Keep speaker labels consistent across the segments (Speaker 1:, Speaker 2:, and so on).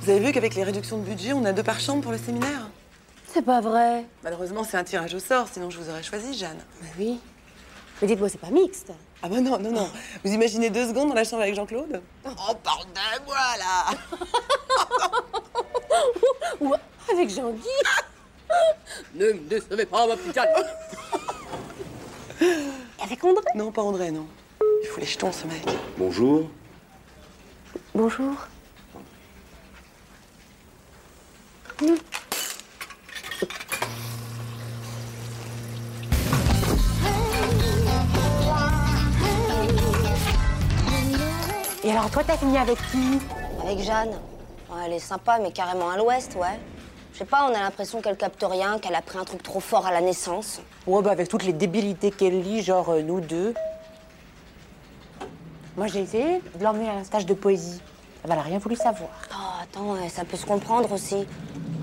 Speaker 1: Vous avez vu qu'avec les réductions de budget, on a deux par chambre pour le séminaire
Speaker 2: C'est pas vrai.
Speaker 1: Malheureusement, c'est un tirage au sort, sinon je vous aurais choisi, Jeanne.
Speaker 2: Mais Bah oui. Mais dites-moi, c'est pas mixte.
Speaker 1: Ah bah non, non, non. Vous imaginez deux secondes dans la chambre avec Jean-Claude Oh, pardonne-moi, là
Speaker 2: Ou avec Jean-Guy.
Speaker 1: Ne me décevez pas, ma petite
Speaker 2: Et avec André.
Speaker 1: Non, pas André, non. Il fout les jetons, ce mec.
Speaker 3: Bonjour.
Speaker 2: Bonjour. Et alors, toi, t'as fini avec qui
Speaker 4: Avec Jeanne. Ouais, elle est sympa, mais carrément à l'ouest, ouais. Je sais pas, on a l'impression qu'elle capte rien, qu'elle a pris un truc trop fort à la naissance.
Speaker 5: Ouais, bah avec toutes les débilités qu'elle lit, genre euh, nous deux. Moi, j'ai essayé de l'emmener à un stage de poésie. Elle n'a rien voulu savoir.
Speaker 4: Oh, attends, ouais, ça peut se comprendre aussi.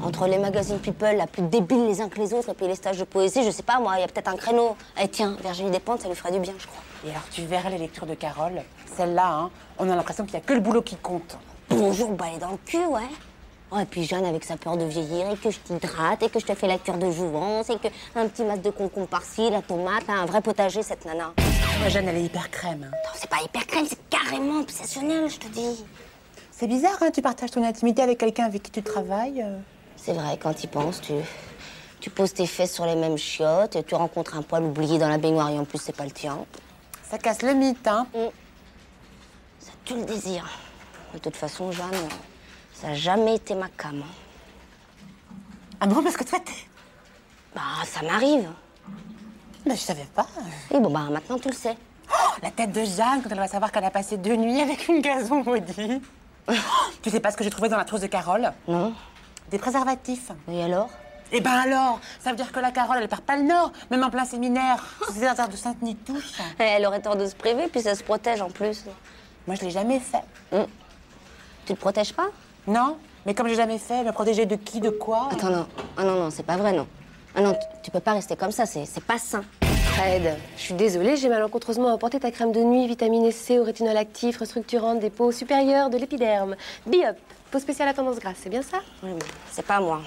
Speaker 4: Entre les magazines People, la plus débile les uns que les autres, et puis les stages de poésie, je sais pas, moi, il y a peut-être un créneau. Eh tiens, Virginie Despentes, ça lui ferait du bien, je crois.
Speaker 5: Et alors, tu verras les lectures de Carole. Celle-là, hein, on a l'impression qu'il n'y a que le boulot qui compte.
Speaker 4: Bonjour, balai dans le cul, ouais. Oh, et puis Jeanne, avec sa peur de vieillir, et que je t'hydrate, et que je te fais la cure de jouvence, et que un petit masque de concombre par-ci, la tomate, un vrai potager, cette nana.
Speaker 5: Ouais, Jeanne, elle est hyper crème. hein.
Speaker 4: Attends, c'est pas hyper crème, c'est carrément obsessionnel, je te dis.
Speaker 5: C'est bizarre, hein, tu partages ton intimité avec quelqu'un avec qui tu travailles. euh.
Speaker 4: C'est vrai, quand y penses, tu... Tu poses tes fesses sur les mêmes chiottes, et tu rencontres un poil oublié dans la baignoire, et en plus, c'est pas le tien.
Speaker 5: Ça casse le mythe, hein.
Speaker 4: Ça tue le désir. De toute façon, Jeanne, ça a jamais été ma cam. hein.
Speaker 5: Ah bon, parce que toi, t'es...
Speaker 4: Bah, ça m'arrive.
Speaker 5: Bah, je savais pas.
Speaker 4: Oui, bon, bah, maintenant, tu le sais.
Speaker 5: Oh, La tête de Jeanne quand elle va savoir qu'elle a passé deux nuits avec une gazon maudit. tu sais pas ce que j'ai trouvé dans la trousse de Carole
Speaker 4: Non
Speaker 5: Des préservatifs.
Speaker 4: Et alors
Speaker 5: Eh ben alors, ça veut dire que la Carole, elle part pas le nord, même en plein séminaire. C'est un de Sainte-Nitouche.
Speaker 4: Eh, Elle aurait tort de se priver, puis ça se protège en plus.
Speaker 5: Moi, je l'ai jamais fait.
Speaker 4: Tu te protèges pas
Speaker 5: Non Mais comme j'ai jamais fait, me protéger de qui, de quoi
Speaker 4: Attends, non. Ah non, non, c'est pas vrai, non. Ah non, tu- tu peux pas rester comme ça, c'est c'est pas sain.
Speaker 2: Fred, je suis désolée, j'ai malencontreusement emporté ta crème de nuit vitamine C au rétinol actif restructurante des peaux supérieures de l'épiderme. Biop, peau spéciale à tendance grasse, c'est bien ça
Speaker 4: Oui, mais C'est pas à moi.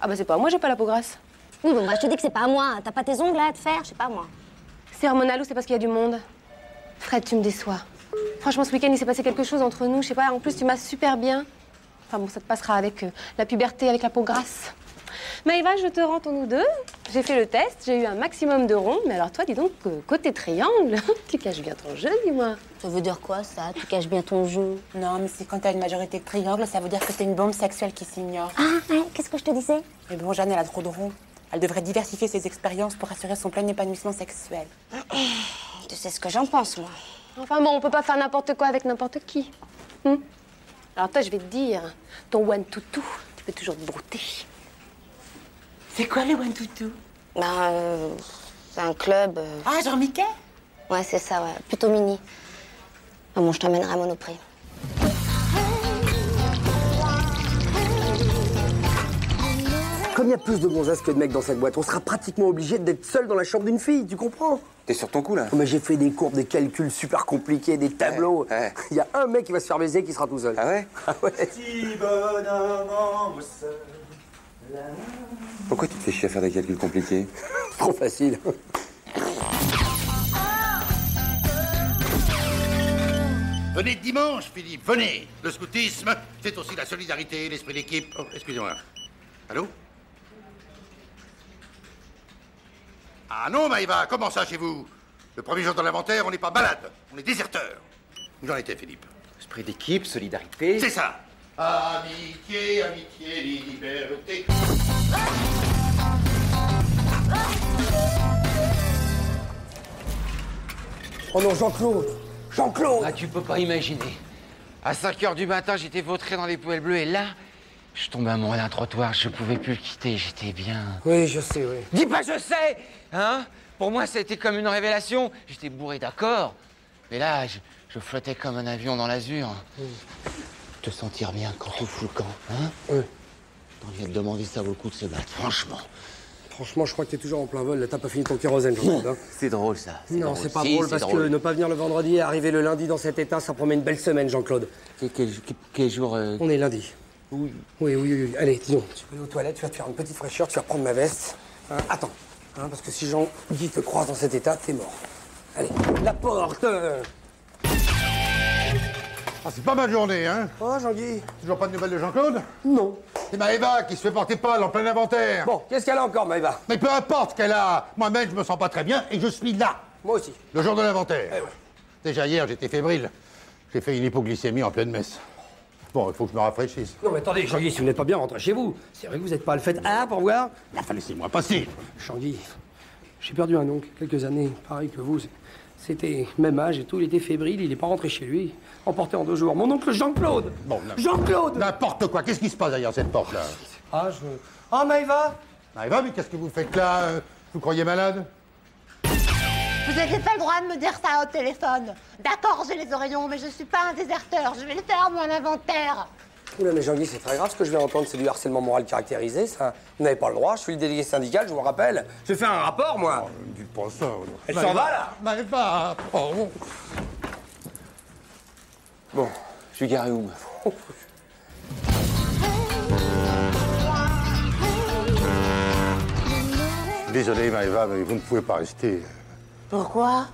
Speaker 2: Ah bah c'est pas moi, j'ai pas la peau grasse.
Speaker 4: Oui, bon, bah, je te dis que c'est pas à moi. T'as pas tes ongles là, à te faire, je sais pas moi.
Speaker 2: C'est hormonal ou c'est parce qu'il y a du monde Fred, tu me déçois. Franchement, ce week-end, il s'est passé quelque chose entre nous, je sais pas, en plus tu m'as super bien. Enfin bon, ça te passera avec euh, la puberté, avec la peau grasse. Maëva, je te rends ton ou deux. J'ai fait le test, j'ai eu un maximum de ronds, mais alors toi, dis donc, euh, côté triangle, tu caches bien ton jeu, dis-moi.
Speaker 4: Ça veut dire quoi, ça Tu caches bien ton jeu.
Speaker 5: Non, mais c'est quand t'as une majorité de triangle, ça veut dire que t'es une bombe sexuelle qui s'ignore.
Speaker 4: Ah, ouais, qu'est-ce que je te disais
Speaker 5: Mais bon, Jeanne, elle a trop de ronds. Elle devrait diversifier ses expériences pour assurer son plein épanouissement sexuel.
Speaker 4: Tu sais ce que j'en pense, moi.
Speaker 2: Enfin bon, on peut pas faire n'importe quoi avec n'importe qui. Hmm Alors toi, je vais te dire, ton one to two, tu peux toujours te brouter.
Speaker 5: C'est quoi le one toutou
Speaker 4: Bah, euh, c'est un club. euh,
Speaker 5: Ah, Jean-Mickey
Speaker 4: Ouais, c'est ça, ouais. Plutôt mini. Ah bon, je t'emmènerai à Monoprix.
Speaker 6: Comme il y a plus de gonzasses que de mecs dans cette boîte, on sera pratiquement obligé d'être seul dans la chambre d'une fille, tu comprends
Speaker 3: T'es sur ton coup là
Speaker 6: Oh, Mais j'ai fait des courbes, des calculs super compliqués, des tableaux.
Speaker 3: Ouais, ouais.
Speaker 6: Il y a un mec qui va se faire baiser qui sera tout seul.
Speaker 3: Ah ouais
Speaker 6: Ah ouais.
Speaker 7: Petit bonhomme en mousse.
Speaker 3: Pourquoi tu te fais chier à faire des calculs compliqués
Speaker 6: Trop facile.
Speaker 7: Venez dimanche, Philippe, venez. Le scoutisme, c'est aussi la solidarité, l'esprit d'équipe. Oh, excusez-moi. Allô Ah non, Maïva, comment ça chez vous Le premier jour dans l'inventaire, on n'est pas malade, on est déserteur. Où j'en étais, Philippe
Speaker 3: Esprit d'équipe, solidarité.
Speaker 7: C'est ça. Amitié, amitié, liberté.
Speaker 6: Oh non, Jean-Claude Jean-Claude
Speaker 8: Ah, tu peux pas imaginer. À 5 heures du matin, j'étais vautré dans les poubelles bleues et là, je tombe amoureux d'un trottoir, je pouvais plus le quitter, j'étais bien.
Speaker 6: Oui, je sais, oui.
Speaker 8: Dis pas je sais Hein Pour moi, ça a été comme une révélation. J'étais bourré d'accord. Mais là, je, je flottais comme un avion dans l'azur. Te sentir bien quand on fout le camp, hein T'en viens de demander si ça vaut le coup de se battre, franchement.
Speaker 6: Franchement, je crois que t'es toujours en plein vol, là, t'as pas fini ton kérosène, Jean-Claude. hein.
Speaker 8: C'est drôle, ça.
Speaker 6: Non,
Speaker 8: drôle.
Speaker 6: c'est pas
Speaker 8: Si,
Speaker 6: drôle,
Speaker 8: c'est
Speaker 6: parce que
Speaker 8: drôle.
Speaker 6: ne pas venir le vendredi et arriver le lundi dans cet état, ça promet une belle semaine, Jean-Claude.
Speaker 8: Quel, quel- quel- quel jour... euh,
Speaker 6: On est lundi. Oui. Oui, oui, oui. Allez, dis donc, tu vas aller aux toilettes, tu vas te faire une petite fraîcheur, tu vas prendre ma veste. Hein, attends, hein, parce que si Jean-Guy te croise dans cet état, t'es mort. Allez, la porte euh.
Speaker 7: Ah, c'est pas ma journée, hein
Speaker 6: Oh, Jean-Guy
Speaker 7: Toujours pas de nouvelles de Jean-Claude
Speaker 6: Non.
Speaker 7: C'est Maëva qui se fait porter pâle en plein inventaire.
Speaker 6: Bon, qu'est-ce qu'elle a encore, Maëva
Speaker 7: Mais peu importe qu'elle a, moi-même je me sens pas très bien et je suis là,
Speaker 6: Moi aussi.
Speaker 7: le jour de l'inventaire. Déjà hier j'étais fébrile, j'ai fait une hypoglycémie en pleine messe. Bon, il faut que je me rafraîchisse.
Speaker 6: Non, mais attendez, Jean-Guy, si vous n'êtes pas bien, rentrez chez vous. C'est vrai que vous n'êtes pas à le fait Ah, pour voir
Speaker 7: Enfin, laissez-moi passer.
Speaker 6: Jean-Guy, j'ai perdu un oncle, quelques années, pareil que vous. C'était même âge et tout, il était fébrile, il n'est pas rentré chez lui. Emporté en deux jours. Mon oncle Jean-Claude
Speaker 7: Bon, là-
Speaker 6: Jean-Claude
Speaker 7: N'importe quoi, qu'est-ce qui se passe derrière cette porte-là
Speaker 6: Ah, je... Ah, Maëva
Speaker 7: Maëva, mais qu'est-ce que vous faites là euh Vous croyez malade
Speaker 9: Vous n'avez pas le droit de me dire ça au téléphone. D'accord, j'ai les oreillons, mais je suis pas un déserteur. Je vais le faire, mon inventaire.
Speaker 6: Oula, mais Jean-Guy, c'est très grave ce que je vais entendre, c'est du harcèlement moral caractérisé, ça. Vous n'avez pas le droit, je suis le délégué syndical, je vous rappelle. Je fais un rapport, moi.
Speaker 7: Ne Ah, dites pas ça.
Speaker 6: Elle s'en va, là
Speaker 7: Maëva, oh.
Speaker 8: Bon, je suis garé où moi
Speaker 7: Désolé Maëva, mais vous ne pouvez pas rester.
Speaker 9: Pourquoi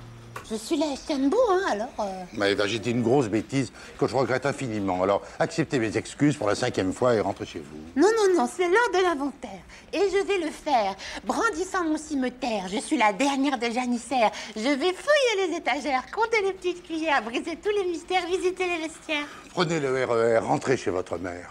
Speaker 9: Je suis la SNBO, hein, alors. euh,
Speaker 7: Maëva, j'ai dit une grosse bêtise que je regrette infiniment. Alors, acceptez mes excuses pour la cinquième fois et rentrez chez vous.
Speaker 9: Non, non, non, c'est l'heure de l'inventaire. Et je vais le faire, brandissant mon cimetière. Je suis la dernière des janissaires. Je vais fouiller les étagères, compter les petites cuillères, briser tous les mystères, visiter les vestiaires.
Speaker 7: Prenez le
Speaker 8: E
Speaker 7: RER, rentrez chez votre mère.